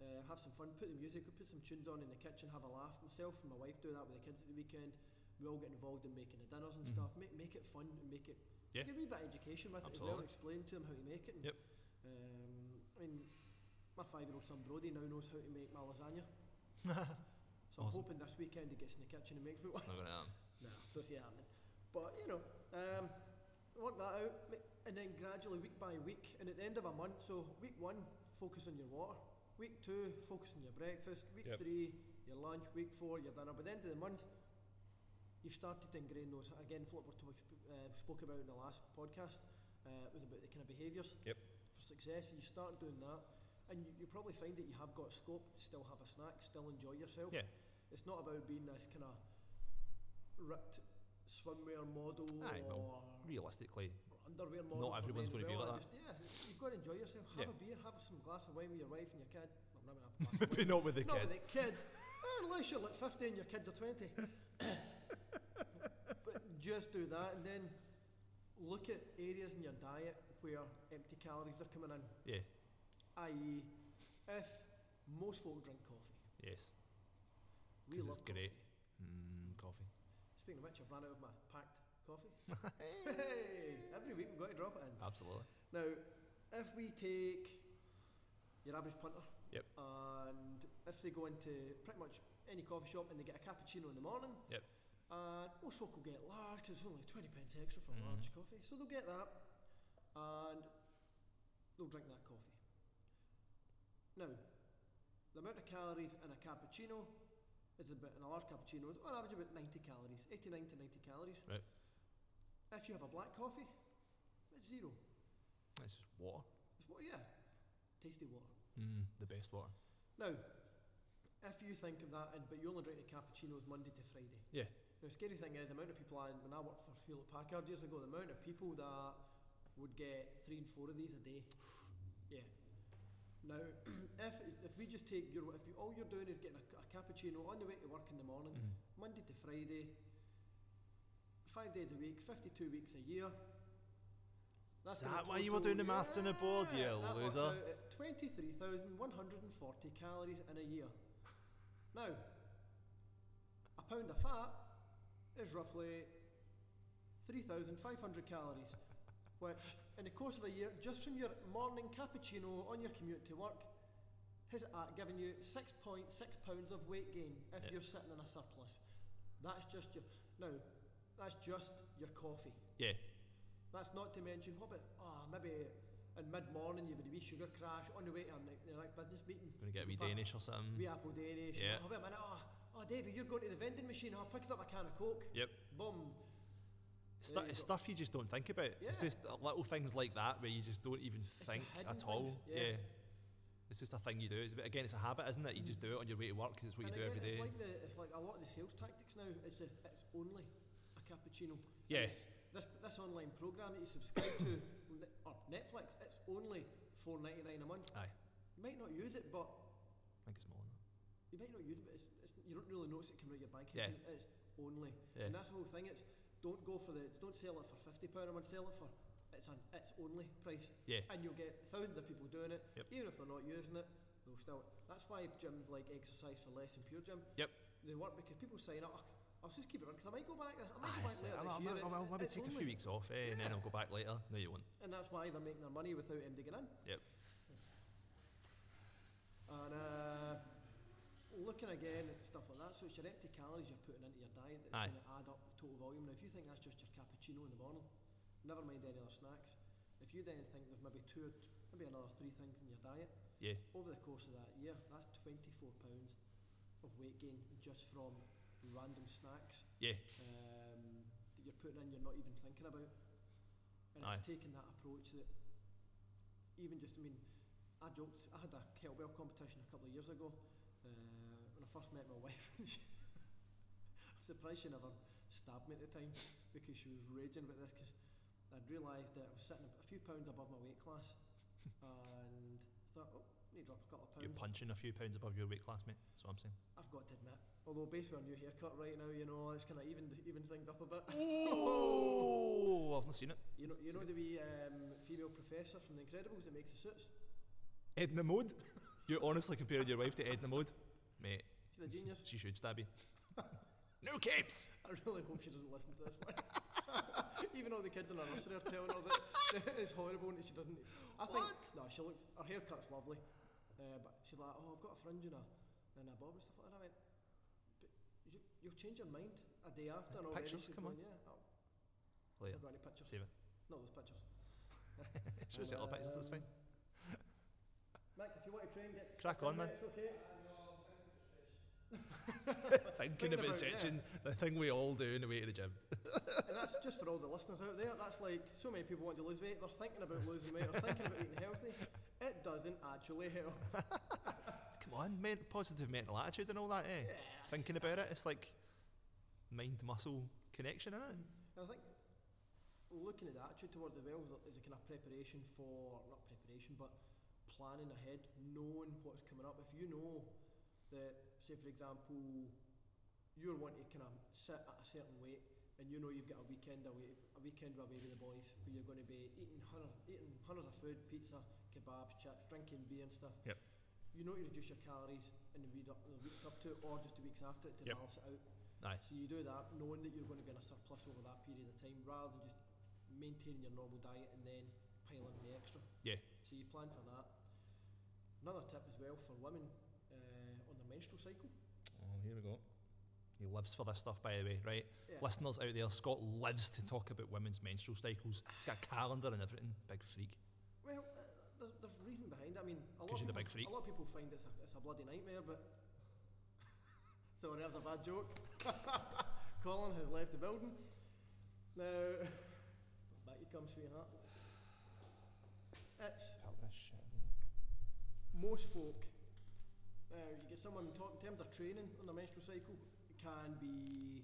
A: Uh, have some fun. Put the music, put some tunes on in the kitchen. Have a laugh. Myself and my wife do that with the kids at the weekend. We all get involved in making the dinners and
B: Mhm.
A: stuff. Make make it fun and make it.
B: Yeah.
A: Give a wee bit of education with it
B: Absolutely.
A: as well. Explain to them how to make it. And,
B: Yep.
A: Um, I mean, my five-year-old son Brody now knows how to make my lasagna. So
B: Awesome.
A: I'm hoping this weekend he gets in the kitchen and makes me one.
B: It's not um, going to happen.
A: No, don't see it happening. But you know, um, work that out, ma- and then gradually week by week, and at the end of a month. So week one, focus on your water. Week two, focus on your breakfast. Week
B: Yep.
A: three, your lunch. Week four, your dinner. By the end of the month, you've started to ingrain those again. What we uh, spoke about in the last podcast uh, was about the kind of behaviours
B: Yep.
A: for success. And you start doing that, and you, you probably find that you have got scope to still have a snack, still enjoy yourself.
B: Yeah.
A: It's not about being this kind of ripped swimwear model
B: Aye,
A: or,
B: well, Realistically,
A: or underwear model.
B: not
A: for
B: everyone's
A: men
B: gonna
A: as
B: be
A: well.
B: like
A: I Just, yeah, you've got to enjoy yourself. Have
B: Yeah.
A: a beer, have some glass of wine with your wife and your kid. Well, not with a glass of
B: maybe
A: wine.
B: not with the
A: Not
B: kids.
A: with the kids. Ah, Unless you're like 50 and your kids are 20. but just do that and then look at areas in your diet where empty calories are coming in.
B: Yeah,
A: I.e., if most folk drink coffee,
B: yes.
A: we
B: Because
A: love
B: it's
A: coffee.
B: great. Mm, coffee.
A: Speaking of which, I've run out of my packed coffee. hey, every week we've got to drop it in.
B: Absolutely.
A: Now, if we take your average punter,
B: Yep.
A: and if they go into pretty much any coffee shop and they get a cappuccino in the morning,
B: Yep.
A: and most folk will get large because it's only 20 pence extra for a
B: Mhm.
A: large coffee, so they'll get that and they'll drink that coffee. Now, the amount of calories in a cappuccino is about, in a large cappuccino is on average about 90 calories, 89 to 90 calories.
B: Right.
A: If you have a black coffee, it's zero.
B: It's just water.
A: It's water, yeah. Tasty water.
B: Mm, the best water.
A: Now, if you think of that, and but you only drink the cappuccinos Monday to Friday.
B: Yeah.
A: Now, scary thing is, the amount of people I, when I worked for Hewlett Packard years ago, the amount of people that would get three and four of these a day. yeah. Now, if if we just take your, if you, all you're doing is getting a, a cappuccino on the way to work in the morning,
B: Mm.
A: Monday to Friday, five days a week, 52 weeks a year.
B: Is
A: gonna
B: that why you were doing the maths on the board, you
A: that works
B: loser?
A: out at 23,140 calories in a year. now, a pound of fat is roughly 3,500 calories, which in the course of a year, just from your morning cappuccino on your commute to work, has uh, given you 6.6 pounds of weight gain if
B: Yeah.
A: you're sitting in a surplus. That's just your now. That's just your coffee.
B: Yeah.
A: That's not to mention what about ah maybe in mid morning you've had a wee sugar crash on the way to a ni- the next business meeting.
B: Gonna get a wee
A: But-
B: Danish or something.
A: Wee apple Danish.
B: Yeah.
A: Oh, wait a minute. Oh, oh, Davey, you're going to the vending machine. Oh, I picked up a can of Coke.
B: Yep.
A: Boom.
B: It's
A: There
B: stu-
A: you
B: it's
A: go.
B: stuff you just don't think about. It's
A: Yeah.
B: just uh, little things like that where you just don't even
A: the
B: think
A: hidden
B: at
A: things,
B: all.
A: yeah.
B: It's just a thing you do. It's a bit, again, it's a habit, isn't it? You just do it on your way to work because it's what
A: and
B: you do
A: again,
B: every
A: it's
B: day.
A: like the, it's like a lot of the sales tactics now. It's a, it's only a cappuccino. And
B: Yeah.
A: it's- This this online program that you subscribe to Ne- or Netflix, it's only four ninety nine a month.
B: Aye.
A: You might not use it, but
B: I think it's more than that.
A: you might not use it, but it's, it's, you don't really notice it coming out your bank
B: Yeah.
A: account. 'cause It's only,
B: Yeah.
A: and that's the whole thing. It's don't go for the, don't sell it for fifty pound a month. Sell it for it's an it's only price.
B: Yeah.
A: And you'll get thousands of people doing it,
B: Yep.
A: even if they're not using it. They'll still. That's why gyms like exercise for less and pure gym.
B: Yep.
A: they work because people sign up. I'll just keep it on because I might go back. I might
B: Ah,
A: go back
B: it's
A: later
B: it.
A: this
B: I'll,
A: year.
B: I'll, I'll, I'll
A: It's-
B: maybe
A: it's
B: take a
A: only-
B: few weeks off, eh, and then I'll go back later. No, you won't.
A: and that's why they're making their money without him digging in.
B: Yep.
A: And uh, looking again at stuff like that, so it's your empty calories you're putting into your diet that's
B: Aye.
A: going to add up the total volume. Now, if you think that's just your cappuccino in the morning, never mind any other snacks. If you then think there's maybe two, or t- maybe another three things in your diet
B: Yeah.
A: over the course of that year, that's 24 pounds of weight gain just from random snacks
B: Yeah.
A: um, that you're putting in, you're not even thinking about. And
B: Aye.
A: it's taking that approach that even just, I mean, I joked, I had a kettlebell competition a couple of years ago uh, when I first met my wife. and she- I'm surprised she never stabbed me at the time because she was raging about this because I'd realised that I was sitting a few pounds above my weight class and I thought, oh, need to drop a couple of
B: You're
A: pounds.
B: punching a few pounds above your weight class, mate. That's what I'm saying.
A: I've got to admit, although based on our new haircut right now, you know, it's kind of even, even things up a bit.
B: Oh, I've not seen it.
A: You know, you know the wee um, female professor from The Incredibles that makes the suits.
B: Edna Mode. You're honestly comparing your wife to Edna Mode, mate.
A: She's a genius.
B: She should stab you. no capes.
A: I really hope she doesn't listen to this one. Even all the kids in her nursery are telling her that it's horrible and that she doesn't. I think no, she looks. Her haircut's lovely, uh, but she's like, oh, I've got a fringe in a and a bob and stuff like that. I went, but you, you'll change your mind a day after. and already
B: Pictures,
A: she's
B: come
A: going, Yeah, oh, I've
B: Later.
A: not got any pictures.
B: Save it.
A: Not those pictures.
B: Should we set all pictures? That's fine.
A: Mac, if you want to train, get
B: Crack
A: stuck in
B: on,
A: there,
B: man.
A: It's okay.
B: Thinking
A: about
B: about
A: it, yeah.
B: stretching, the thing we all do on the way to the gym.
A: And that's just for all the listeners out there. That's like so many people want to lose weight. They're thinking about losing weight. They're thinking about eating healthy. It doesn't actually help.
B: Come on, men- positive mental attitude and all that, eh? Thinking about it, it's like mind muscle connection, isn't it?
A: And I think looking at the attitude towards the well is a, is a kind of preparation for not preparation, but planning ahead, knowing what's coming up. If you know that, say for example, you're wanting to kind of sit at a certain weight, and you know you've got a weekend away, a weekend away with the boys, where you're going to be eating hundred, eating hundreds of food, pizza, kebabs, chips, drinking beer and stuff.
B: Yep.
A: You know to reduce your calories in the, weed up, the weeks up to it, or just the weeks after it to
B: Yep.
A: balance it out.
B: Aye.
A: So you do that knowing that you're going to be in a surplus over that period of time rather than just maintaining your normal diet and then piling the extra.
B: Yeah.
A: So you plan for that. Another tip as well for women uh, on the menstrual cycle.
B: Oh, here we go. He lives for this stuff, by the way, right?
A: Yeah.
B: Listeners out there, Scott lives to talk about women's menstrual cycles. He's got a calendar and everything. Big freak.
A: Well, uh, there's, there's reason behind it. I mean, a lot, of
B: 'cause you're the
A: people,
B: big freak.
A: a lot of people find it's a, it's a bloody nightmare, but. Sorry, that was a bad joke. Colin has left the building. Now, back you come, sweetheart. It's most folk, uh, you get someone talk, in terms of training on their menstrual cycle, it can be.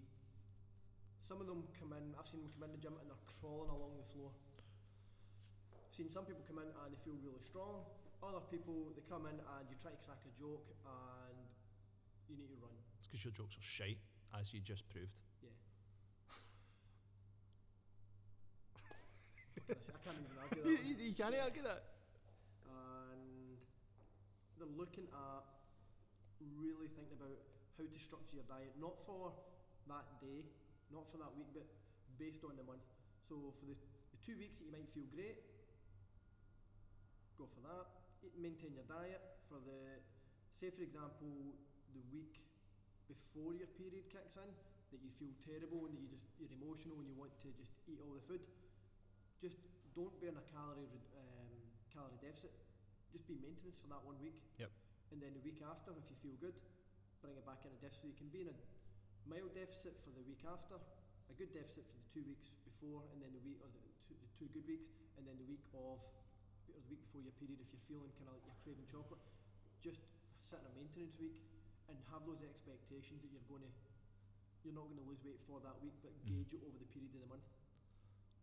A: Some of them come in, I've seen them come in the gym and they're crawling along the floor. I've seen some people come in and they feel really strong. Other people, they come in and you try to crack a joke and you need to run.
B: It's because your jokes are shite, as you just proved.
A: Yeah. What can I say? I can't even argue that. one.
B: can't argue that.
A: and they're looking at really thinking about how to structure your diet, not for that day, not for that week, but based on the month. So for the, the two weeks that you might feel great, go for that. Eat- Maintain your diet for the, say for example, the week before your period kicks in, that you feel terrible and that you just you're emotional and you want to just eat all the food. Just don't be on a calorie re- um, calorie deficit. Just be maintenance for that one week.
B: Yep.
A: And then the week after, if you feel good, bring it back in a deficit. So you can be in a mild deficit for the week after, a good deficit for the two weeks before, and then the week or the two, the two good weeks, and then the week of or the week before your period. If you're feeling kind of like you're craving chocolate, just sit in a maintenance week and have those expectations that you're going to. You're not going to lose weight for that week, but
B: Mhm.
A: gauge it over the period of the month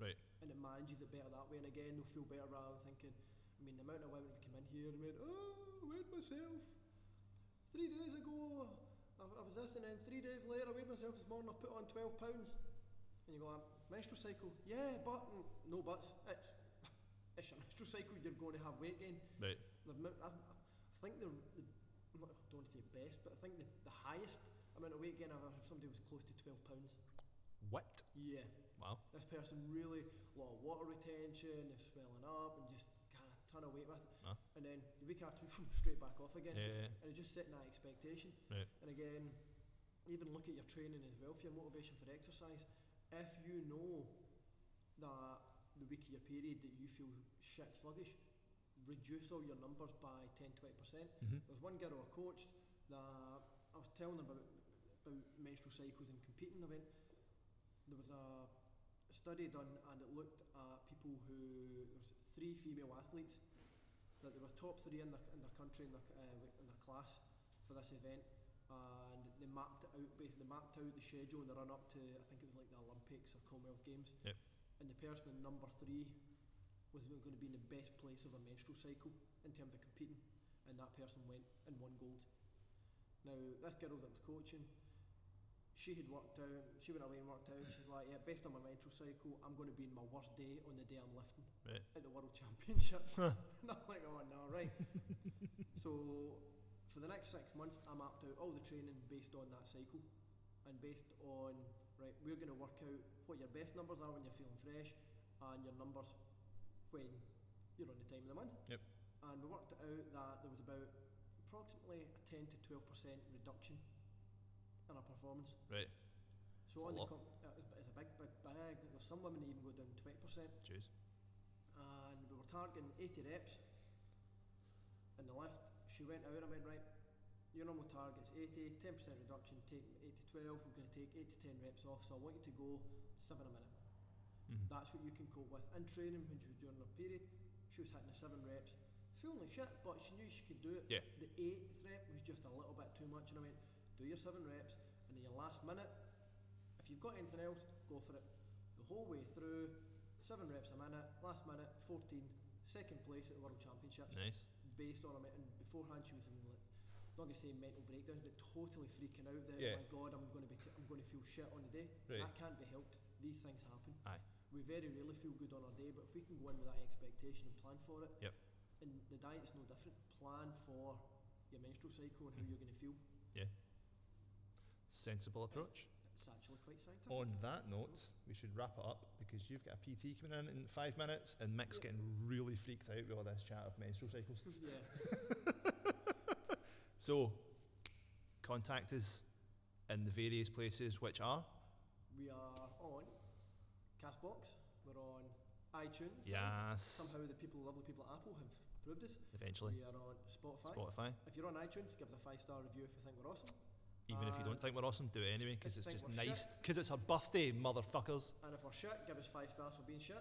B: Right.
A: and it manages it better that way. And again, they'll feel better rather than thinking. I mean, the amount of women who come in here and went, "Oh, I weighed myself three days ago. I, I was this, and then three days later, I weighed myself this morning. I put on twelve pounds." And you go, "Um, "Menstrual cycle? Yeah, but mm, no buts. It's it's your menstrual cycle. You're going to have weight gain."
B: Right.
A: The amount- I, I think the, the I'm not- I don't want to say best, but I think the, the highest amount of weight gain I've ever had if somebody was close to 12 pounds.
B: What?
A: Yeah.
B: Wow.
A: This person really, a lot of water retention, they're swelling up and just kind of ton of weight with it.
B: Ah.
A: And then the week after, straight back off again.
B: Yeah, yeah, yeah.
A: And it's just setting that expectation.
B: Right.
A: And again, even look at your training as well for your motivation for exercise. If you know that the week of your period that you feel shit sluggish, reduce all your numbers by 10 20%.
B: Mhm.
A: There's one girl I coached that I was telling her about, about menstrual cycles and competing. I went, there was a study done and it looked at people who, there was three female athletes that they were top three in their, in their country in their, c- uh, in their class for this event and they mapped it out basically they mapped out the schedule and the run up to I think it was like the Olympics or Commonwealth Games
B: Yep.
A: and the person in number three was going to be in the best place of a menstrual cycle in terms of competing and that person went and won gold now this girl that was coaching she had worked out she went away and worked out she's like yeah based on my menstrual cycle I'm going to be in my worst day on the day I'm lifting
B: Right.
A: at the World Championships and I'm like, oh no, right. so for the next six months, I mapped out all the training based on that cycle and based on, right, we're going to work out what your best numbers are when you're feeling fresh and your numbers when you're on the time of the month.
B: Yep.
A: And we worked it out that there was about approximately a 10 to 12% reduction in our performance.
B: Right.
A: So
B: It's a
A: on the
B: lot.
A: com- uh, it's, it's a big, big bag. There's some women that even go down 20%
B: Cheers.
A: and we were targeting 80 reps in the lift. She went out and I went, right, your normal target's 80, 10% reduction, take 8 to 12, we're going to take 8 to 10 reps off, so I want you to go 7 a minute.
B: Mhm.
A: That's what you can cope with. In training, when she was during her period, she was hitting the 7 reps, feeling like shit, but she knew she could do it.
B: Yeah.
A: The 8th rep was just a little bit too much, and I went, do your 7 reps, and then your last minute, if you've got anything else, go for it. The whole way through, seven reps a minute, last minute, 14, second place at the World Championships,
B: Nice.
A: based on a minute. And beforehand, she was in like, not gonna say mental breakdown, but totally freaking out that oh
B: Yeah.
A: my god, I'm gonna be, t- I'm gonna feel shit on the day.
B: Right.
A: That can't be helped. These things happen.
B: Aye.
A: We very rarely feel good on our day, but if we can go in with that expectation and plan for it,
B: Yep.
A: And the diet's no different. Plan for your menstrual cycle and how you're gonna feel.
B: Sensible approach.
A: It's actually quite scientific.
B: On that note, we should wrap it up because you've got a PT coming in in five minutes, and Mick's
A: Yeah.
B: getting really freaked out with all this chat of menstrual cycles.
A: yeah.
B: So, contact us in the various places, which are
A: We are on Castbox. We're on iTunes.
B: yes,
A: Somehow the people, lovely people at Apple, have approved us.
B: eventually
A: We are on Spotify.
B: Spotify.
A: If you're on iTunes, give us a five star review if you think we're awesome.
B: Even if you
A: Uh,
B: don't think we're awesome, do it anyway because
A: if
B: it's
A: you
B: just
A: think we're
B: nice. Because it's her birthday, motherfuckers.
A: And if we're shit, give us five stars for being shit.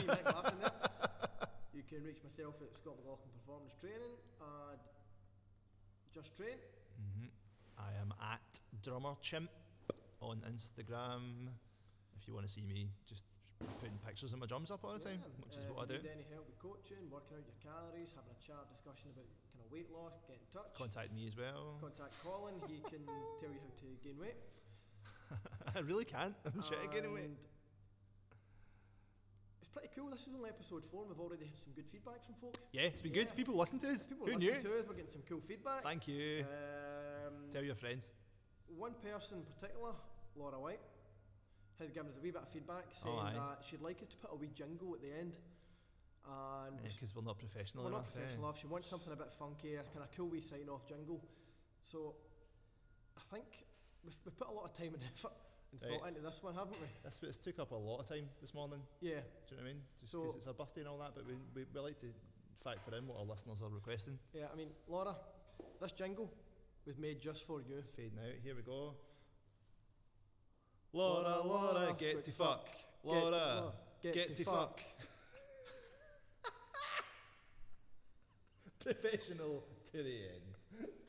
A: See Nick laughing there. You can reach myself at Scott McLaughlin Performance Training and Just Train.
B: hmm I am at Drummer Chimp on Instagram. If you want to see me, just putting pictures of my drums up all the time,
A: Yeah,
B: which is
A: uh,
B: what I
A: if you
B: do.
A: Need any help with coaching, working out your calories, having a chat, discussion about kind of weight loss, get in touch.
B: Contact me as well.
A: Contact Colin, he can tell you how to gain weight.
B: I really can't. I'm shit again away.
A: And It's pretty cool. This is only episode four, and we've already had some good feedback from folk.
B: Yeah, it's been
A: Yeah.
B: good. People listen to us.
A: People are
B: Who
A: listening
B: knew?
A: to us. We're getting some cool feedback.
B: Thank you.
A: Um,
B: Tell your friends.
A: one person in particular, Laura White, has given us a wee bit of feedback saying
B: aye.
A: that she'd like us to put a wee jingle at the end. And
B: Because we're not professional
A: we're not
B: enough. eh?
A: professional enough. She wants something a bit funky, a kind of cool wee sign off jingle. So I think we've, we put a lot of time and effort and
B: Right.
A: thought into this one, haven't we?
B: That's what it's took up a lot of time this morning.
A: Yeah.
B: Do you know what I mean? Just
A: So-
B: because it's our birthday and all that, but we, we, we like to factor in what our listeners are requesting.
A: Yeah, I mean, Laura, this jingle was made just for you.
B: Fading out. Here we go. Laura,
A: Laura,
B: Laura, get to
A: get
B: fuck.
A: Get-
B: Laura,
A: get,
B: get to fuck. Professional to the end.